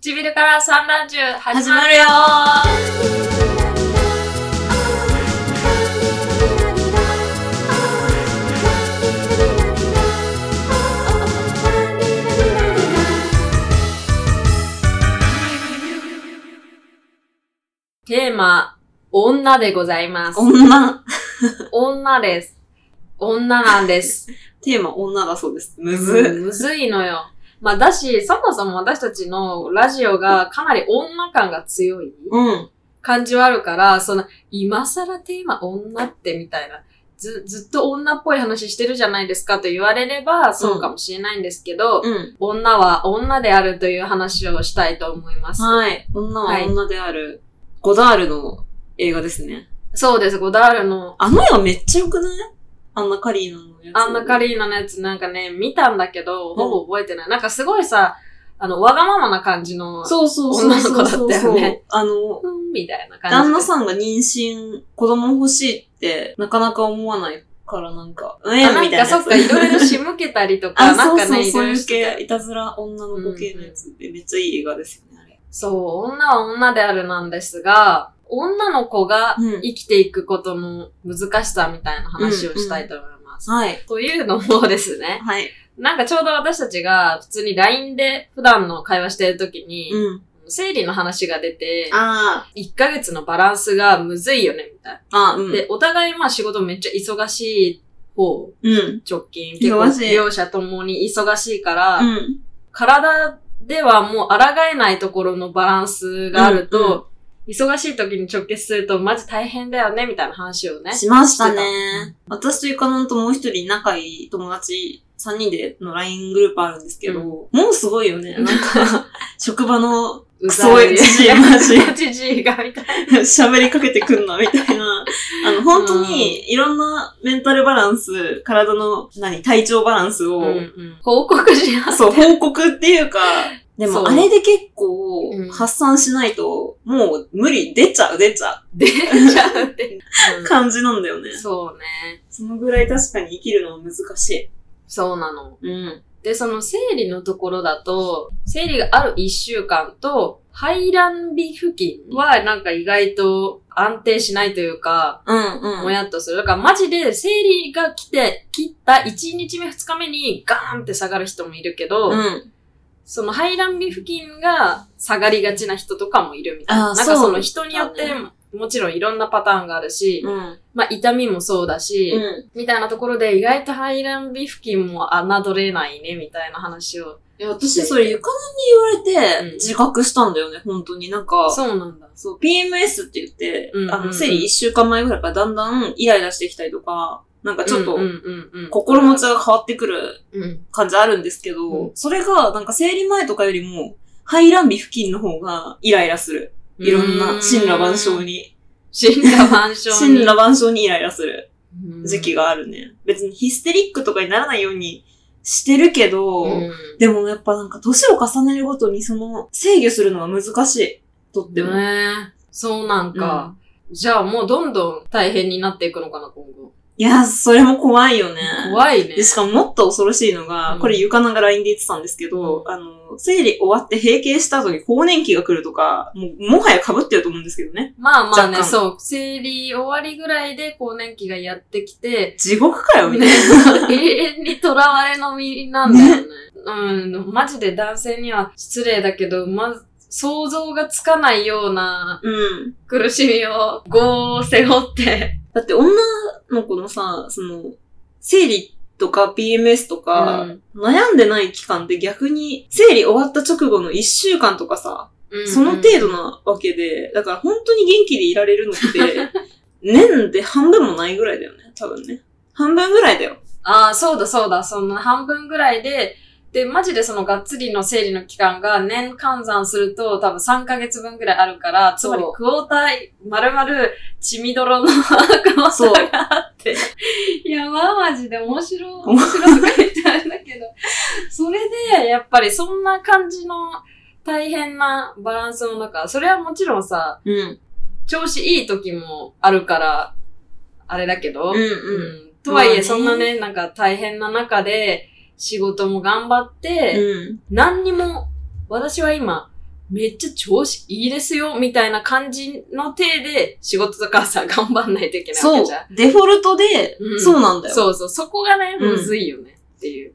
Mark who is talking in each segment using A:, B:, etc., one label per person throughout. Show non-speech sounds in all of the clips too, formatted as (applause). A: 唇から産卵中始
B: 始
A: ま
B: ま
A: る
B: るよ
A: テーマ、女でございます。
B: 女。
A: 女です。女なんです。
B: テーマ女だそうです。 (laughs) む
A: うん
B: ず。
A: むずいのよ。まあだし、そもそも私たちのラジオがかなり女感が強い
B: うん。
A: 感じはあるから、その、今更テーマ女ってみたいな。ず、ずっと女っぽい話してるじゃないですかと言われれば、そうかもしれないんですけど、
B: うん。
A: 女は女であるという話をしたいと思います。
B: はい。女は女である。ゴダールの映画ですね。
A: そうです、ゴダールの
B: あの絵はめっちゃ良くないアンナ・カリーナのやつ。
A: アンナ・カリーナのやつなんかね、見たんだけど、ほぼ覚えてない。なんかすごいさ、あの、わがままな感じの、
B: そうそうそうそう。
A: 女の子だったよね。
B: あの、
A: うん、みたいな感じ。
B: 旦那さんが妊娠、子供欲しいって、なかなか思わないから、なんか、うん、み
A: あ
B: た
A: ないん
B: なや
A: か
B: つ。
A: そっか、いろいろ仕向けたりとか、
B: (laughs) あ、
A: な
B: そ
A: ん
B: う
A: か
B: そう
A: ね、い
B: そ
A: ろ
B: う
A: いろ
B: いう
A: してたよ
B: 系、いたずら女の子系のやつで、めっちゃいい映画ですよね、あれ。
A: そう、女は女であるなんですが、女の子が
B: うん
A: 生きていくことの難しさみたいな話をしたいと思います。
B: はい。
A: というのもですね、
B: はい。
A: なんかちょうど私たちが普通に LINE で普段の会話してる時に、
B: うん。
A: 生理の話が出て、
B: あ
A: 1ヶ月のバランスがむずいよね、みたい
B: あ。あう
A: な。
B: ん。
A: で、お互いまあ仕事めっちゃ忙しい方、
B: うん。
A: 直近。
B: 忙しい
A: 両者ともに忙しいから、
B: うん。
A: 体ではもう抗えないところのバランスがあると、
B: うんうん
A: 忙しい時に直結するとマジ大変だよね、みたいな話をね。
B: しました
A: し
B: ね。私とゆかなんともう一人仲いい友達3人での LINE グループあるんですけど、
A: うん
B: もうすごいよね。なんか、職場の (laughs)
A: う
B: クソ
A: い。
B: じじい
A: (laughs)
B: マジ
A: じじいが、みたいな。
B: 喋りかけてくんなみたいな。あの、本当にいろんなメンタルバランス、体の、何、体調バランスを、
A: 報告します。
B: そう、報告っていうか、で
A: そう
B: もあれで結構
A: うん
B: 発散しないと、もう無理、出ちゃう、出ちゃ
A: 出ちゃう
B: (laughs)
A: って。
B: う感じなんだよね
A: うん。そうね。
B: そのぐらい確かに生きるのは難し
A: そうなの。
B: い。うん。
A: で、その生理のところだと、生理がある1週間と、排卵日付近はなんか意外と安定しないというか、
B: うんうん。
A: もやっとする。だからマジで生理が来て、切った1日目2日目にガーンって下がる人もいるけど、
B: うん。
A: その排卵日付近が下がりがちな人とかもいるみたいな。な
B: あー
A: んか
B: そう
A: その人によって
B: だ
A: もちろんいろんなパターンがあるし、
B: うん。
A: まあ痛みもそうだし、
B: うん。
A: みたいなところで意外と排卵日付近も侮れないねみたいな話を。
B: いや、私、それ、ゆかなに言われ
A: うん
B: て、自覚したんだよね、本当に。なんか、
A: そうなんだ。
B: そう、PMS って言って、
A: うんうんうん
B: あの、生理一週間前ぐらいからだんだんイライラしてきたりとか、なんかちょっと
A: うん、うんうんうん、
B: 心持ちが変わってくる
A: うん。
B: 感じあるんですけど、
A: う
B: それが、なんか生理前とかよりも、排卵日付近の方がイライラする。いろんな、神羅万象
A: に。
B: に。
A: 神羅万象に。
B: 神羅万象にイライラする時期
A: が。
B: があるね。別にヒステリックとかにならないようにしてるけど、
A: うん
B: でもやっぱなんか年を重ねるごとにその制御するのは難しい。とって
A: で
B: も。
A: もね、そうなんか、じゃあもうどんどん大変になっていくのかな、今
B: (laughs)
A: 後。
B: いや、それも怖いよね。
A: 怖いね。
B: でしかももっと恐ろしいのが、
A: うん
B: これゆかなが LINE で言ってたんですけど、
A: うん
B: あの、生理終わって閉経した後に更年期が来るとか、もうもはや被ってると思うんですけどね。
A: まあまあね、
B: 若干
A: そう。生理終わりぐらいで更年期がやってきて、
B: 地獄かよ、みたい
A: (laughs)
B: な。
A: 永遠に囚われの身なんだよね。うん、マジで男性には失礼だけど、まず、想像がつかないような
B: うん。
A: 苦しみを、業を背負って。
B: だって女の子のさ、その、生理とか PMS と
A: う
B: か、
A: ん
B: 悩んでない期間って逆に、生理終わった直後の1週間とかさ、その程度なわけで、だから本当に元気でいられるの (laughs) って、年で半分もないぐらいだよね、多分ね。半分ぐらいだよ。
A: ああ、そうだそうだ、その半分ぐらいで、で、マジでそのがっつりの生理の期間が年換算すると多分3ヶ月分ぐらいあるから、つまり
B: そう
A: クォーター、丸々血みどろのクォーターがあって。 (laughs) いや、まあマジで面白い、面白く書いてあるんだけど、それでやっぱりそんな感じの大変なバランスの中、それはもちろんさ、
B: うん。
A: 調子いい時もあるから、あれだけど、
B: う
A: う
B: んうん。
A: んとはい
B: まあ
A: え、
B: ね
A: そんなね、なんか大変な中で、仕事も頑張って、
B: うん。
A: 何にも、私は今、めっちゃ調子いいですよ、みたいな感じの体で仕事とかさ、頑張んないといけないわ
B: そ
A: け
B: う
A: じゃ。
B: デフォルトで、
A: うん
B: そうなんだ
A: ん。
B: よ。
A: そうそう、そこがね、
B: うん
A: むずいよねっていう。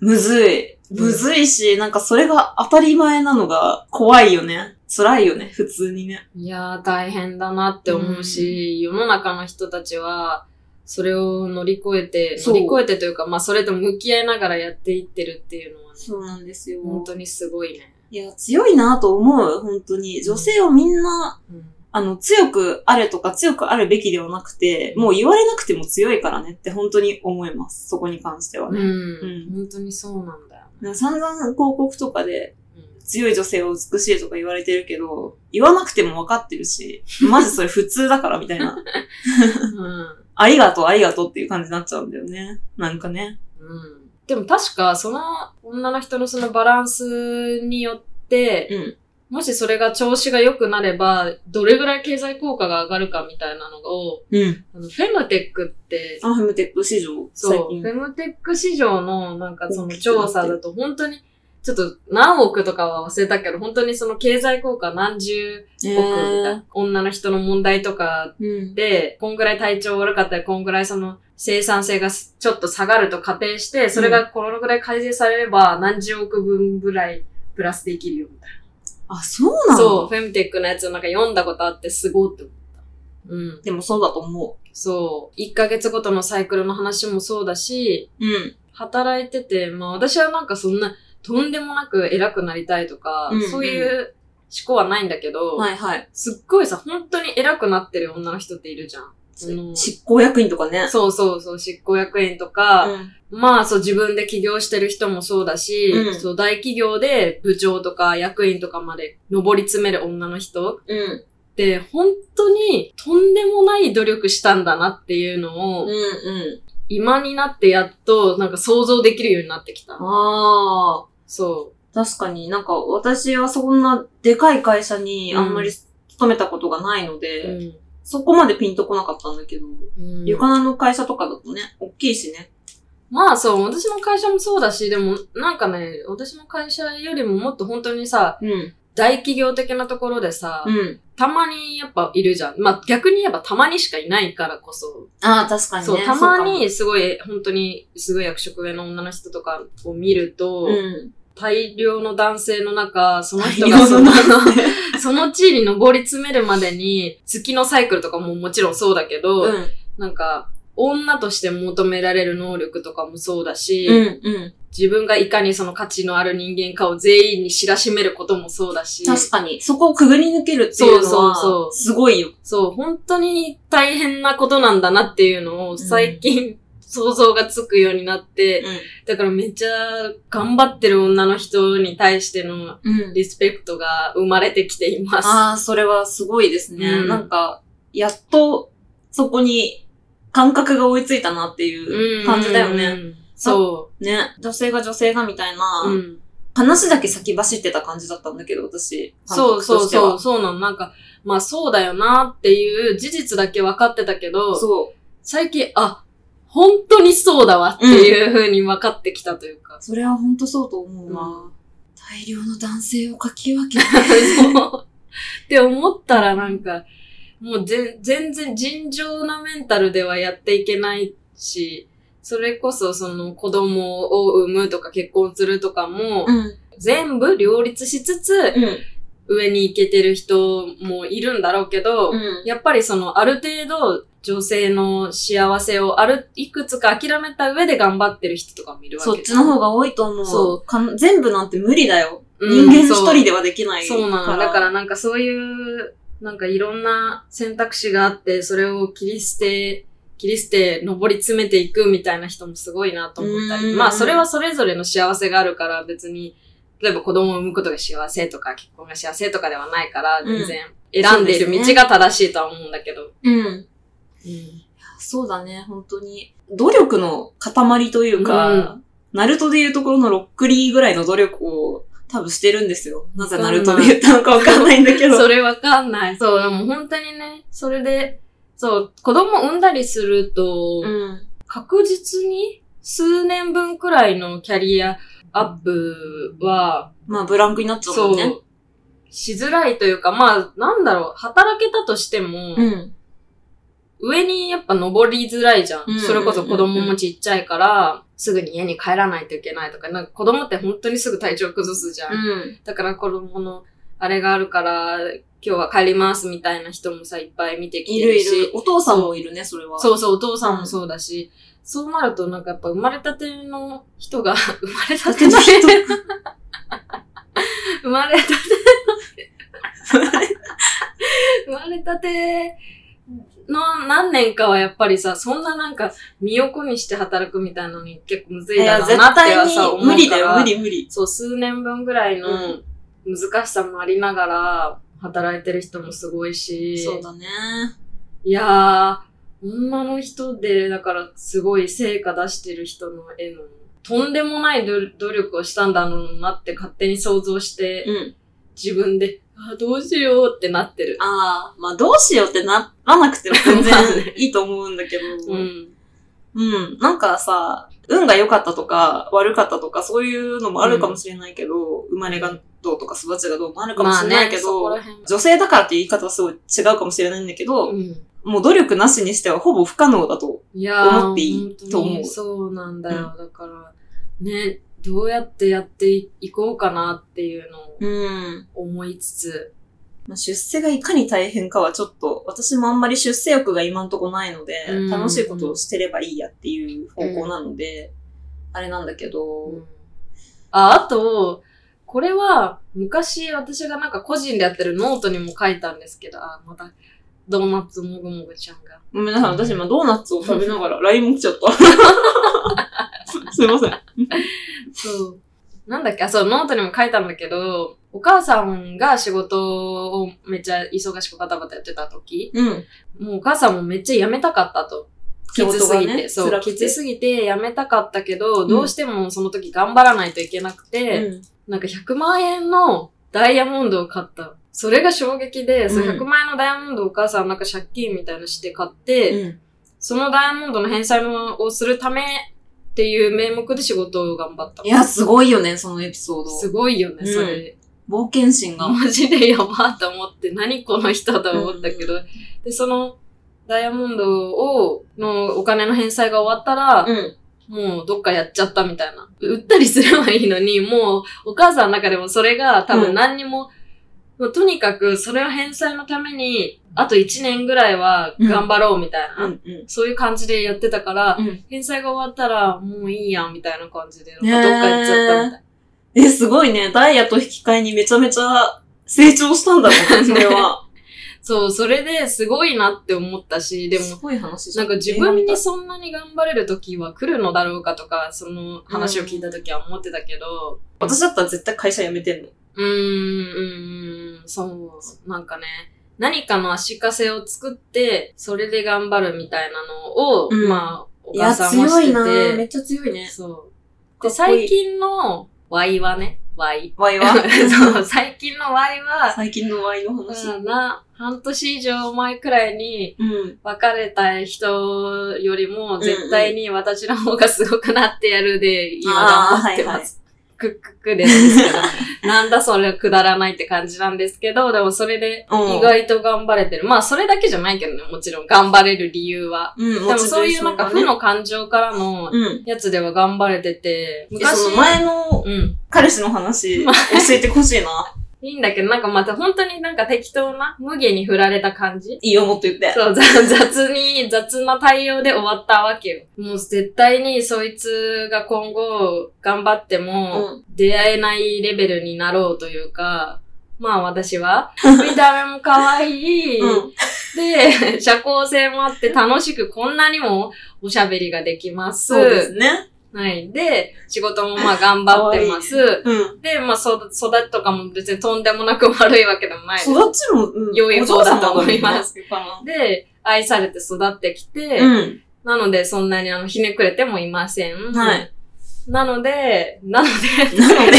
B: むずい。むずいし、なんかそれが当たり前なのが怖いよね。辛いよね、普通にね。
A: いやー、大変だなって思うし、世の中の人たちは、それを乗り越えて、
B: そ
A: 乗
B: う
A: り越えてというか、まあ、それと向き合いながらやっていってるっていうのはね、
B: そうなんですよ
A: 本当にすごいね。
B: いや、強いなと思う、本当に。女性をみんな、
A: うん
B: あの、強くあれとか強くあるべきではなくて、もう言われなくても強いからねって本当に思います。そこに関しては
A: う
B: ね。
A: ん。本当にそうなんだよね。
B: 散々広告とかで
A: うん
B: 強い女性は美しいとか言われてるけど、言わなくても分かってるし、マジそれ普通だからみたい (laughs) な。
A: うん。
B: ありがとう、ありがとうっていう感じになっちゃうんだよね。なんかね。
A: うん。でも確か、その女の人のそのバランスによって、
B: うん。
A: もしそれが調子が良くなれば、どれぐらい経済効果が上がるかみたいなのを、
B: うん。
A: あのフェムテックって、
B: アフムテック市場、最
A: そう、
B: 近
A: フ。ェムテック市場のなんかその調査だと、本当に、ちょっと何億とかは忘れたけど、本当にその経済効果何十
B: え
A: 億みたいな、女の人の問題とか
B: うん。
A: で、こんぐらい体調悪かったり、こんぐらいその生産性がすちょっと下がると仮定して、それがこのぐらい改善されれば何十億分ぐらいプラスできるよみたい
B: あ、そう
A: な。
B: なの
A: そう、フェムテックのやつをなんか読んだことあってすごいって思った。うん。
B: でもそうだと思
A: そう。1ヶ月ごとのサイクルの話もそうだし、
B: う。うん。
A: 働いてて、まあ私はなんかそんなとんでもなく偉くなりたいとか、
B: うんうん
A: そういう思考はないんだけど、
B: はいはい。
A: すっごいさ、本当に偉くなってる女の人っているじゃん。その
B: 執行役員とかね。
A: そうそうそう、執行役員とか、
B: ん。
A: まあそう自分で起業してる人もそうだし、
B: うん
A: そう大企業で部長とか役員とかまで上り詰める女の人
B: うん。
A: って本当にとんでもない努力したんだなっていうのを、
B: うんうん。
A: 今になってやっとなんか想像できるようになってきた。
B: ああ。
A: そ
B: 確かになんか私はそんなでかい会社にあんまり勤めたことがないの
A: う。
B: で、
A: うん
B: そこまでピンとこなかったんだけど、
A: うん
B: ゆかなの会社とかだとね、大きいしね。
A: まあそう、私の会社もそうだし、でもなんかね、私の会社よりももっと本当にさ、
B: うん。
A: 大企業的なところでさ、
B: うん。
A: たまにやっぱいるじゃん。まあ逆に言えばたまにしかいないからこそ。
B: ああ、確かにね。
A: そう、たま
B: そう
A: にすごい、本当にすごい役職上の女の人とかを見ると、
B: かも。うん。
A: 大量の男性の中、その人
B: 大
A: がその
B: 量の男性
A: その地位に上り詰めるまでに、月のサイクルとかももちろんそうだけど、
B: うん。
A: なんか、女として求められる能力とかもそうだし、
B: うん。うん。
A: 自分がいかにその価値のある人間かを全員に知らしめることもそうだし、
B: 確かに。そこをくぐり抜けるってい
A: そう
B: うの
A: そうそ
B: は
A: う、
B: すごいよ。
A: そう、本当に大変なことなんだなっていうのを最近、想像がつくようになって、だからめっちゃ頑張ってる女の人に対しての
B: うん。うん。
A: リスペクトが生まれてきています。
B: ああ、それはすごいですね。
A: うん
B: なんか、やっと、そこに、感覚が追いついたなっていう感じだよ
A: う
B: ね。
A: ん。そ
B: ね。女性が女性がみたいな、
A: う。うん。
B: 話だけ先走ってた感じだったんだけど、私。
A: そう
B: 感覚
A: そ
B: と
A: う
B: して
A: そう、
B: は
A: そうなの。なんか、まあそうだよなっていう事実だけ分かってたけど、
B: そう。
A: 最近、あ、本当にそうだわっていう風に分かってきたというか。
B: それは本当そうと思うわ。
A: う
B: 大量の男性をかき
A: (laughs)
B: 分けて。
A: そうって思ったらなんか、もうぜ全然尋常なメンタルではやっていけないし、それこそその子供を産むとか結婚するとかも、
B: うん。
A: 全部両立しつつ、
B: うん。
A: 上に行けてる人もいるんだろうけど、
B: うん。
A: やっぱりそのある程度女性の幸せをある、いくつか諦めた上で頑張ってる人とかもいるわけ
B: そっちの方が多いと思う。
A: そう
B: かん全部なんて無理だよ。
A: うん
B: 人間一
A: そう
B: 人ではできない
A: そうなの。だから、なんかそういう、なんかいろんな選択肢があって、それを切り捨て、切り捨て、登り詰めていくみたいな人もすごいなと思った
B: う
A: り。
B: ん
A: まあそれはそれぞれの幸せがあるから別に、例えば子供を産むことが幸せとか結婚が幸せとかではないから、
B: うん
A: 全然選んでいる
B: そうで
A: 道
B: すね
A: が正しいとは思うんだけど。
B: うん。そうだね、本当に。努力の塊というか、
A: うん
B: ナルトでいうところのロックリーぐらいの努力を多分してるんですよ。なぜナルトで言ったのかわかんないんだけど。
A: それわかんない。そう、でも本当にね、それで、そう、子供産んだりすると、
B: うん。
A: 確実に数年分くらいのキャリアアップは、
B: まあ、ブランクになっちゃう
A: そ
B: もんね。
A: う、しづらいというか、まあ、なんだろう、働けたとしても、
B: うん。
A: 上にやっぱ登りづらいじゃん。
B: うんうんうんうん
A: それこそ子供もちっちゃいから、すぐに家に帰らないといけないとか、なんか子供って本当にすぐ体調崩すじゃん。
B: うん。
A: だから子供のあれがあるから、今日は帰りますみたいな人もさ、いっぱい見てき
B: い
A: て
B: る
A: る
B: い
A: し。
B: る。お父さんもいるね、それは。
A: そうそう、お父さんもそうだし、そうなるとなんかやっぱ生まれたての人
B: (laughs)
A: が、生まれたての人生まれたての生まれたての何年かはやっぱりさ、そんななんか身を粉にして働くみたいなのに結構むずい
B: い
A: だ
B: や、
A: ろう
B: 絶
A: なって
B: 対
A: は
B: に
A: さ、思うから
B: 無理だよ、無理無理。
A: そう、数年分ぐらいうの難しさもありながら、働いてる人もすごいし、
B: そうだね。
A: いやー、女の人で、だからすごい成果出してる人の絵の、とんでもない努努力をしたんだろうなって勝手に想像して、
B: うん。
A: 自分で、あーどうしようってなってる。
B: ああ、まあどうしようってならなく (laughs) ても全然いいと思うんだけど。
A: うん。
B: うん。なんかさ、運が良かったとか、悪かったとか、そういうのもあるかもしれないけど、生まれがどうとか育ちがどうもあるかもしれないけど、
A: まあね、そこ
B: 女性だからっていう言い方はすごい違うかもしれないんだけ
A: ら
B: ど、
A: 辺。うん。
B: もう努力なしにしてはほぼ不可能だと。
A: いやー
B: 思っていいと思う
A: 本当にそうなんだよ。だから、ね、どうやってやっていいこうかなっていうのを
B: うん。
A: 思いつつ、
B: まあ、出世がいかに大変かはちょっと、私もあんまり出世欲が今んとこないので、
A: うん
B: 楽しいことをしてればいいやっていう方向なので、あれなんだけど、
A: あ、あと、これは昔私がなんか個人でやってるノートにも書いたんですけど、あ、また、ドーナツもぐもぐちゃんが。
B: ごめんなさい、私今ドーナツを食べな
A: (laughs)
B: がら LINE も来ちゃった。すいません。
A: そう。なんだっけあ、そう、ノートにも書いたんだけど、お母さんが仕事をめっちゃ忙しくバタバタやってた時、
B: うん。
A: もうお母さんもめっちゃ辞めたかったと。きつすぎて、
B: そ
A: そう、きつすぎて辞めたかったけど、どうしてもその時頑張らないといけなくて、
B: うん。
A: なんか100万円のダイヤモンドを買った。それが衝撃で、その
B: うん
A: 100万円のダイヤモンドをお母さんなんか借金みたいなのして買って、
B: うん
A: そのダイヤモンドの返済のをするためっていう名目で仕事を頑張った
B: い。や、すごいよね、そのエピソード。
A: すごいよね、
B: うん
A: それ。
B: 冒険心が。
A: マジでやばーと思って、何この人と思ったけど、で、そのダイヤモンドを、のお金の返済が終わったら、
B: うん。
A: もうどっかやっちゃったみたいな。売ったりすればいいのに、もうお母さんの中でもそれが多
B: う
A: 分
B: ん
A: 何にも、もうとにかくそれを返済のために、あと1年ぐらいは頑張ろうみたいな。
B: うん。うん。
A: そういう感じでやってたから、
B: うん
A: 返済が終わったらもういいやみたいな感じで、なん
B: ね
A: か
B: ー
A: どっか行っちゃったみたいな。
B: え、すごいね。ダイヤと引き換えにめちゃめちゃ成長したんだろうね、それは。
A: そう、それですごいなって思ったし、 (laughs) でも
B: すごい話じ
A: な
B: ゃ
A: んか自分にそんなに頑張れる時は来るのだろうかとか、その話を聞いた時は思ってたけど、
B: 私だったら絶対会社辞めてんの。
A: うーん、うーん、そう、なんかね、何かの足かせを作って、それで頑張るみたいなのを、
B: うん
A: まあ、お母さんもしてて、
B: っちゃ強いね。
A: そう。で、
B: かっこい
A: 最
B: い
A: 近の Y はね、Y。
B: (laughs) ワイ
A: (laughs) そ
B: は
A: う、最近の Y は、
B: 最近のワイの話。
A: そうだな、半年以上前くらいに
B: うん。
A: 別れた人よりも、絶対に私の方がすごくなってやるで、今頑張って
B: あーはい
A: ま
B: はい
A: す。クックックですけど。なんだそれはくだらないって感じなんですけ
B: (laughs)
A: ど、でもそれで
B: うん
A: 意外と頑張れてる。まあそれだけじゃないけどね、もちろん頑張れる理由は。
B: うん、
A: でもそういうなんか負
B: の。
A: の感情からの
B: うん。
A: やつでは頑張れてて、
B: え、その前の
A: うん。
B: 彼氏の話、教えてほしいな。
A: いいんだけど、なんかまた本当になんか適当な、無下に振られた感じ
B: いいよ、もっと言っ
A: (laughs)
B: て。
A: そう、ざ雑に、雑な対応で終わったわけよ。もう絶対にそいつが今後頑張っても、
B: うん。
A: 出会えないレベルになろうというか、まあ私
B: (laughs)
A: は、見た目も可愛い、
B: うん。
A: で、社交性もあって楽しくこんなにもおしゃべりができます。
B: そうですね。
A: はい。で、仕事もまあ頑張ってます。
B: うん。
A: で、まあそ育ちとかも別にとんでもなく悪いわけでもないです。
B: 育ちも、うん。。
A: 良い方だと思います
B: う
A: で、愛されて育ってきて、
B: ん。
A: なのでそんなにあのひねくれてもいません。
B: はい。
A: なので、 (laughs) なので、
B: なので、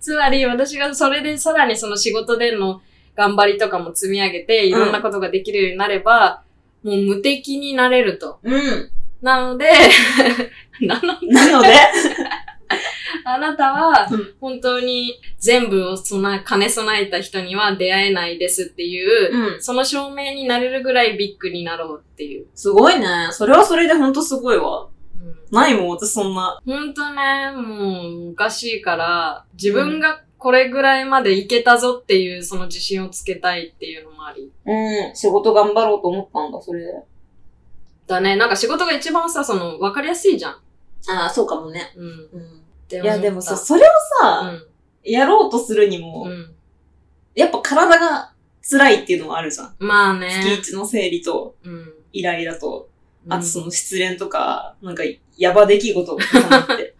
A: つまり私がそれでさらにその仕事での頑張りとかも積み上げていろんなことができるようになれば、もう無敵になれると。
B: うん。
A: なので、なの
B: なので、
A: (laughs) あなたは
B: うん、
A: 本当に全部を備え、兼ね備えた人には出会えないですっていう、
B: うん。
A: その証明になれるぐらいビッグになろうっていう。
B: すごいね。それはそれでほんとすごいわ。ないもん、私そんな。
A: ほんとね、もう、おかしいから、自分がこれぐらいまでいけたぞっていう、その自信をつけたいっていうのもあり。
B: うん。仕事頑張ろうと思ったんだ、それで。
A: だね、なんか仕事が一番さ、その、わかりやすいじゃん。
B: ああ、そうかもね。
A: うん。
B: うん。
A: い
B: いや、でもさ、それを
A: う
B: さ、
A: ん。
B: やろうとするにも、
A: うん。
B: やっぱ体が辛いっていうのはあるじゃん。
A: まあね。
B: 月一の生理と、
A: うん。
B: イライラと、あとそ
A: うん
B: の失恋とか、なんか、やば出来事とかもあ
A: (laughs)
B: って。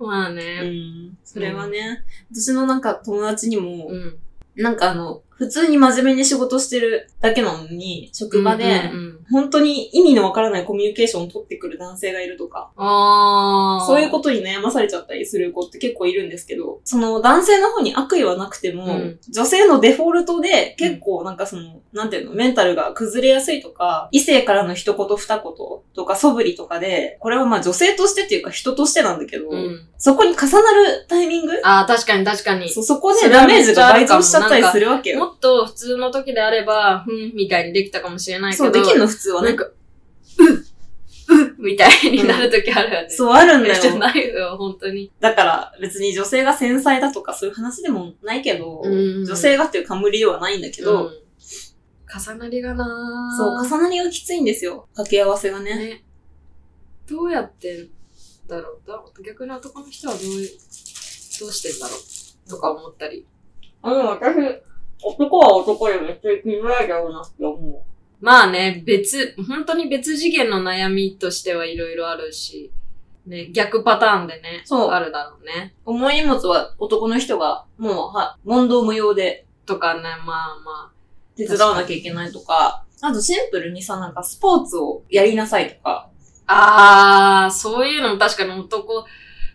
A: まあ
B: う
A: ね。
B: ん。それはね、私のなんか友達にも、
A: うん。
B: なんかあの、普通に真面目に仕事してるだけなのに、職場で
A: うん、うん
B: 本当に意味のわからないコミュニケーションを取ってくる男性がいるとか、
A: ああ。
B: そういうことに悩まされちゃったりする子って結構いるんですけど、その男性の方に悪意はなくても、
A: うん
B: 女性のデフォルトで結構なんかその、なんていうの、メンタルが崩れやすいとか、異性からの一言二言とか素振りとかで、これはまあ女性としてっていうか人としてなんだけど、
A: うん。
B: そこに重なるタイミング
A: ああ、確かに確かに。
B: そうそこ
A: そ
B: で
A: れは
B: ダメ
A: め
B: ー
A: っち
B: ジ
A: ゃ
B: が倍増しちゃったりするわけよ。
A: もっと普通の時であれば、ふん、みたいにできたかもしれないけど。
B: そう、できるの普通は
A: なん
B: ね。
A: か、うっ、うっ、みたいになる時あるよね。
B: そう、あるんだ
A: じゃ
B: よ。
A: ないよ、本当に。
B: だから別に女性が繊細だとかそういう話でもないけど、
A: うん
B: 女性がっていう冠ではないんだけど、
A: うん重なりがなー
B: そう、重なりがきついんですよ。掛け合わせがね。
A: ね。どうやってんだろうだ逆に男の人はどういう、どうしてんだろうとか思ったり。
B: あ、でも私、男は男でめっちゃ気にられちゃうなって思
A: まあね、別、本当に別次元の悩みとしてはいろいろあるし、ね、逆パターンでね、
B: そう
A: あるだろうね。
B: う。重い荷物は男の人が、もう、は、問答無用で
A: とかね、まあまあ。
B: 手伝わなきゃいけないとか、あとシンプルにさ、なんかスポーツをやりなさいとか、
A: ああ、そういうのも確かに男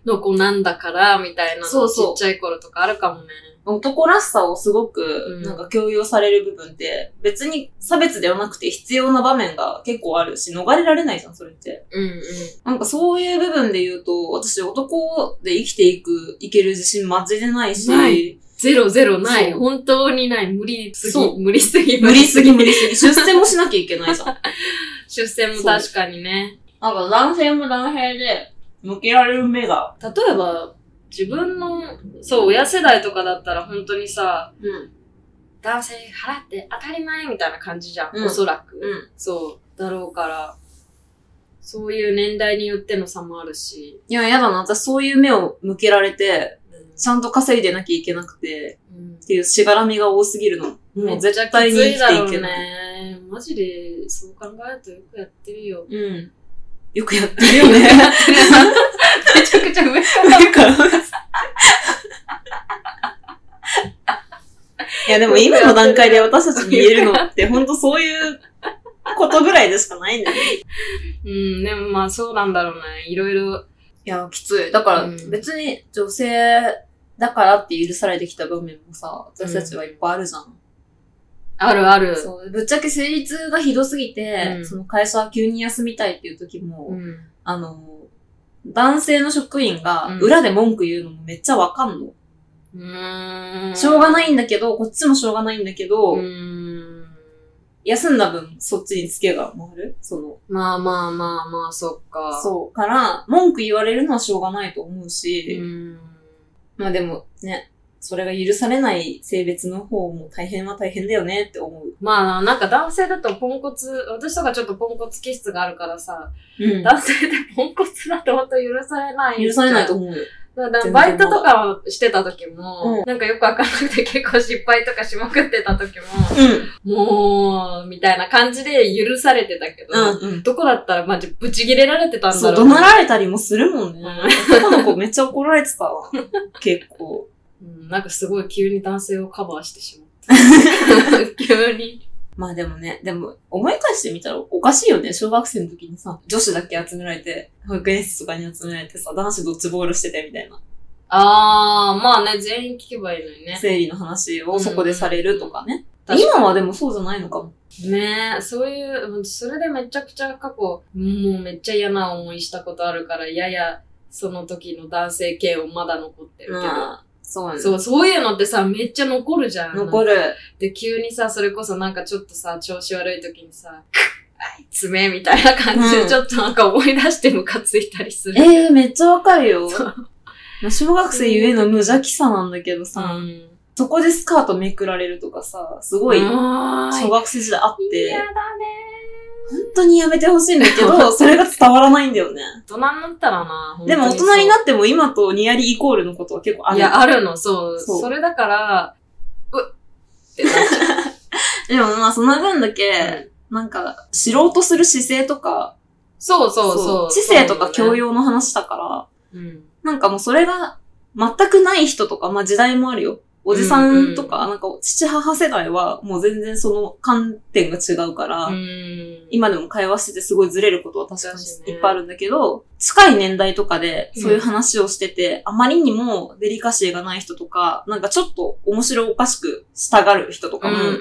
A: の子なんだから、みたいなの
B: そうそう
A: ちっちゃい頃とかあるかもね。
B: 男らしさをすご
A: う
B: く
A: ん、
B: なんか共有される部分って、別に差別ではなくて必要な場面が結構あるし、逃れられないじゃん、それって。
A: うんうん。
B: なんかそういう部分で言うと、私男で生きていく、いける自信マジでないし、
A: ないゼロゼロない。
B: そう
A: 本当にない。無理す
B: そ
A: ぎ。
B: う
A: 無理すぎ。
B: 無理すぎ無理すぎ、出世もしなきゃいけないじ (laughs) ゃん。
A: 出世も確かにね。
B: なんか男性も男性で、向けられる目が。
A: 例えば、自分の、そう、親世代とかだったら本当にさ、
B: うん。
A: 男性払って当たり前みたいな感じじゃん、
B: うん
A: おそらく、
B: うん。
A: そうだろうからそういう年代によっての差もあるし、
B: いや、やだな。私そういう目を向けられて、
A: うん
B: ちゃんと稼いでなきゃいけなくて、
A: うん
B: っていうしがらみが多すぎるの。もう絶対に生きていけない。
A: いねマジでそう考えるとよくやってる (laughs) よ
B: うん。よくやってるよね。
A: めちゃくちゃ上から
B: だから (laughs) いや、でも今の段階で私たちに言えるのって、ほんとそういうことぐらいでしかないんだよね。
A: うんでもまあそうなんだろうねいろいろ
B: いや、きつい。だから、
A: うん
B: 別に女性だからって許されてきた場面もさ、私たちはいっぱいあるじゃん。
A: あるある
B: そうぶっちゃけ生理痛がひどすぎて、
A: うん
B: その会社は急に休みたいっていう時も、
A: うん
B: あの、男性の職員が
A: うん
B: 裏で文句言うのもめっちゃわかんの。
A: うーん
B: しょうがないいんだけど、こっちもしょうがないんだけど、
A: うーん
B: 休んだ分そっちにツケが回るその、
A: まあまあまあまあそっか
B: そう。から、文句言われるのはしょうがないと思う
A: う
B: し、
A: ん
B: まあでもね、それが許されない性別の方も大変は大変だよねって思う。
A: まあ、なんか男性だとポンコツ、私とかちょっとポンコツ気質があるからさ、
B: うん
A: 男性ってポンコツだと本当許されない。
B: 許されないと。思うよ。
A: だからバイトとかをしてた時も、なんかよくわかんなくて結構失敗とかしまくってた時
B: う
A: も、もう、みたいな感じで許されてたけど、
B: ん。うん。うん。
A: どこだったら、まあ、ぶち切れられてたん
B: そ
A: だ
B: う、
A: ろう
B: 怒鳴
A: な。
B: られたりもするもんね。男の子めっちゃ怒られてたわ。 (laughs) 結構。
A: うん、なんかすごい急に男性をカバーしてしまっ
B: (laughs)
A: た。急に。
B: まあでもね、でも思い返してみたらおかしいよね。小学生の時にさ、女子だけ集められて、保育園室とかに集められてさ、男子ドッジボールしててみたいな。
A: あー、まあね、全員聞けばいいのにね。
B: 生理の話をそこでされるとかね。
A: うん
B: 今はでもそうじゃないのかも。
A: ねえ、そういう、それでめちゃくちゃ過去、もうめっちゃ嫌な思いしたことあるから、ややその時の男性系をまだ残ってるけど。
B: まあ、そうなん
A: そう、そういうのってさ、めっちゃ残るじゃん。
B: 残る。
A: で、急にさ、それこそなんかちょっとさ、調子悪い時にさ、あいつめみたいな感じ
B: う
A: で、
B: ん
A: ちょっとなんか思い出してムカついたりする。
B: ええめっちゃわかるよ。
A: そ
B: (laughs) まあ小学生ゆえの無邪気さなんだけど
A: う
B: さ、
A: ん。
B: そこでスカートめくられるとかさ、すごい、
A: あー
B: 小学生時代あって、
A: 嫌だ
B: 本
A: ね
B: 当にやめてほしいんだけ (laughs) ど、それが伝わらないんだよね。
A: ー。大人になったらな、
B: でも大人にな
A: っ
B: っても今とニヤリイコールのことは結構あ
A: い
B: る。
A: や、あるの、そう。
B: そう
A: それだから、うっってなっちゃ
B: (laughs) でもまあその分だけ、
A: う。
B: なんか、知ろうとする姿勢とか、
A: そうそうそう。
B: 知性とか教
A: 養。
B: 養の話だから、
A: うん。
B: なんかもうそれが全くない人とか、まあ時代もあるよ。おじさんとか、なんか父母世代はもう全然その観点が違うから、
A: うん
B: 今でも会話しててすごいずれることは確か
A: 確かに
B: に
A: ね
B: いっぱいあるんだけど、近い年代とかでそういう話をしてて、あまりにもデリカシーがない人とか、なんかちょっと面白おかしくしたがる人と
A: う
B: か
A: ん
B: も
A: うん、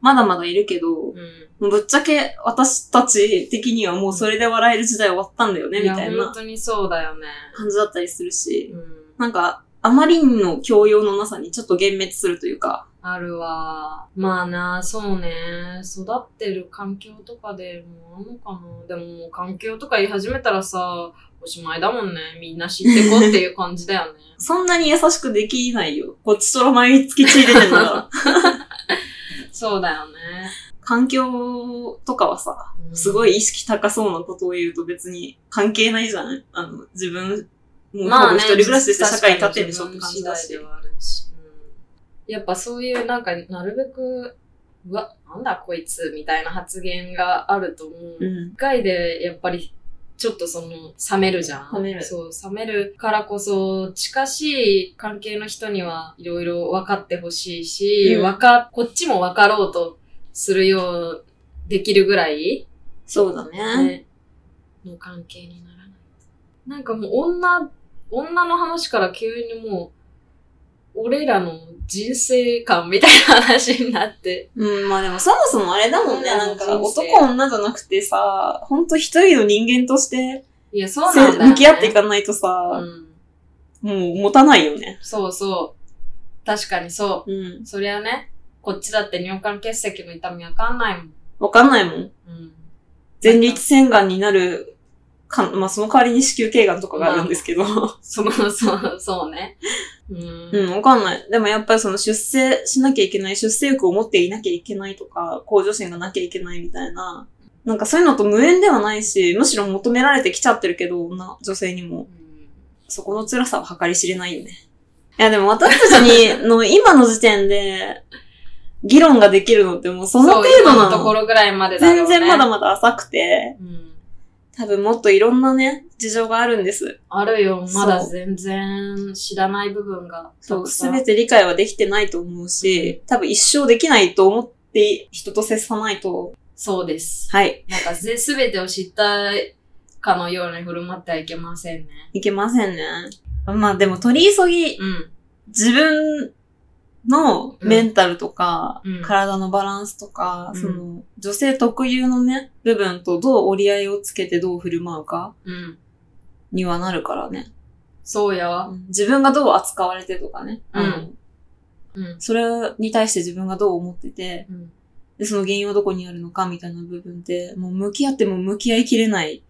B: まだまだいるけど、も
A: うんうん。
B: うぶっちゃけ私たち的にはもうそれで笑える時代終わったんだよね、みたい
A: や
B: な
A: 本当にそうだよね。
B: 感じだったりするし、
A: うん。
B: なんか、あまりの教養のなさにちょっと幻滅するというか、
A: あるわ。まあな、そうね。育ってる環境とかでもあんのかな。でももう環境とか言い始めたらさ、おしまいだもんね。みんな知ってこっていう感じだよね。 (laughs)
B: そんなに優しくできないよ。こっちとら前に突き散れてる
A: (laughs)
B: から。
A: そうだよね。
B: 環境とかはさ、
A: うん
B: すごい意識高そうなことを言うと別に関係ないじゃん。あの、自分、もう
A: まあ
B: 多分
A: ね
B: 一人暮らしでして社会に立ってんでしょって感じだ
A: 確か
B: し
A: に自分次第。ではあるしうんやっぱそういうなんか、なるべく、うわ、なんだこいつみたいな発言があると思う。
B: うん。
A: 一回でやっぱりちょっとその冷めるじゃん。
B: 冷める
A: そう、冷めるからこそ近しい関係の人にはいろいろ分かってほしいし、
B: うん
A: わか、こっちも分かろうとするようできるぐらい、
B: そうだね。
A: ね、の関係にならない。なんかもう女、女の話から急にもう、俺らの人生観みたいな話になって。
B: うん、まあでもそもそもあれだもんね。
A: うん
B: なんか
A: 人生
B: 男女じゃなくてさ、ほんと一人の人間として
A: いや、そうなんだよ、ね。
B: 向き合っていかないと
A: う
B: さ、
A: ん。
B: もう持たないよね。
A: そうそう。確かにそ
B: うん
A: う。。そりゃね、こっちだって尿管結石の痛みわかんないもん。
B: わかんないもん。
A: うん。
B: 前立腺がんになるか、まあその代わりに子宮頸がんとかがあるんですけど。
A: その、そう、そうね。うん。
B: (laughs) うん、わかんない。でもやっぱりその出世しなきゃいけない、出世欲を持っていなきゃいけないとか、向上心がなきゃいけないみたいな、なんかそういうのと無縁ではないし、むしろ求められてきちゃってるけど、女、女性にも。そこの辛さは計り知れないよね。いやでも私たち
A: (laughs)
B: に、の今の時点で、議論ができるのってもうその程度
A: そう今
B: な
A: のとこ
B: の。
A: ろぐらいまでだろう、ね
B: 全。然まだ。まだ浅くて、
A: うん。
B: 多分もっといろんなね、事情があるんです。
A: あるよ、まだ
B: そう
A: 全然知らない部分がた
B: そ
A: く
B: う、
A: さ
B: す
A: ん。
B: べて理解はできてないと思うし、多分一生できないと思って人と接さないと、
A: そうです。
B: はい、
A: なんかぜ、すべてを知ったかのように振る舞ってはいけませんね。
B: いけませんね。まあでも取り急ぎ、
A: うん。
B: 自分のメンタルとか、
A: うん
B: 体のバランスとか、
A: うん
B: その、女性特有のね、部分とどう折り合いをつけてどう振る舞うか
A: うん。
B: にはなるからね。
A: そうやわ。
B: 自分がどう扱われてとかね。
A: うん
B: あの
A: うん。
B: それに対して自分がどう思ってて、
A: うん。
B: で、その原因はどこにあるのかみたいな部分って、もう向き合っても向き合いきれない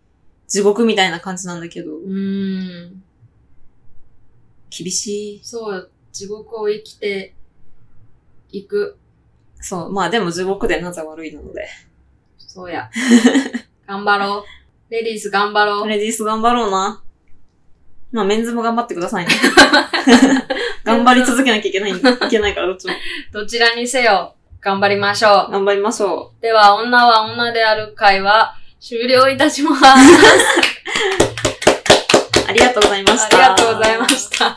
B: 地獄みたいな感じなんだけど、
A: うん。
B: 厳しい。
A: そう、地獄を生きていく。
B: そう。まあでも地獄でなぜ悪いなので。
A: そう
B: (laughs)
A: や。頑張ろう。レディース頑張ろ
B: ト
A: う。
B: レディース頑張ろうな。まあメンズも頑張ってく
A: (laughs)
B: ださいね。頑張り続けなきゃいけない、いけないからどっちも。
A: どちらにせよ、頑張りましょ
B: 頑張りましょ
A: う。では、女は女である会は終了いたします。
B: う。ありがとうございまし
A: あ
B: た。
A: りがとうございました。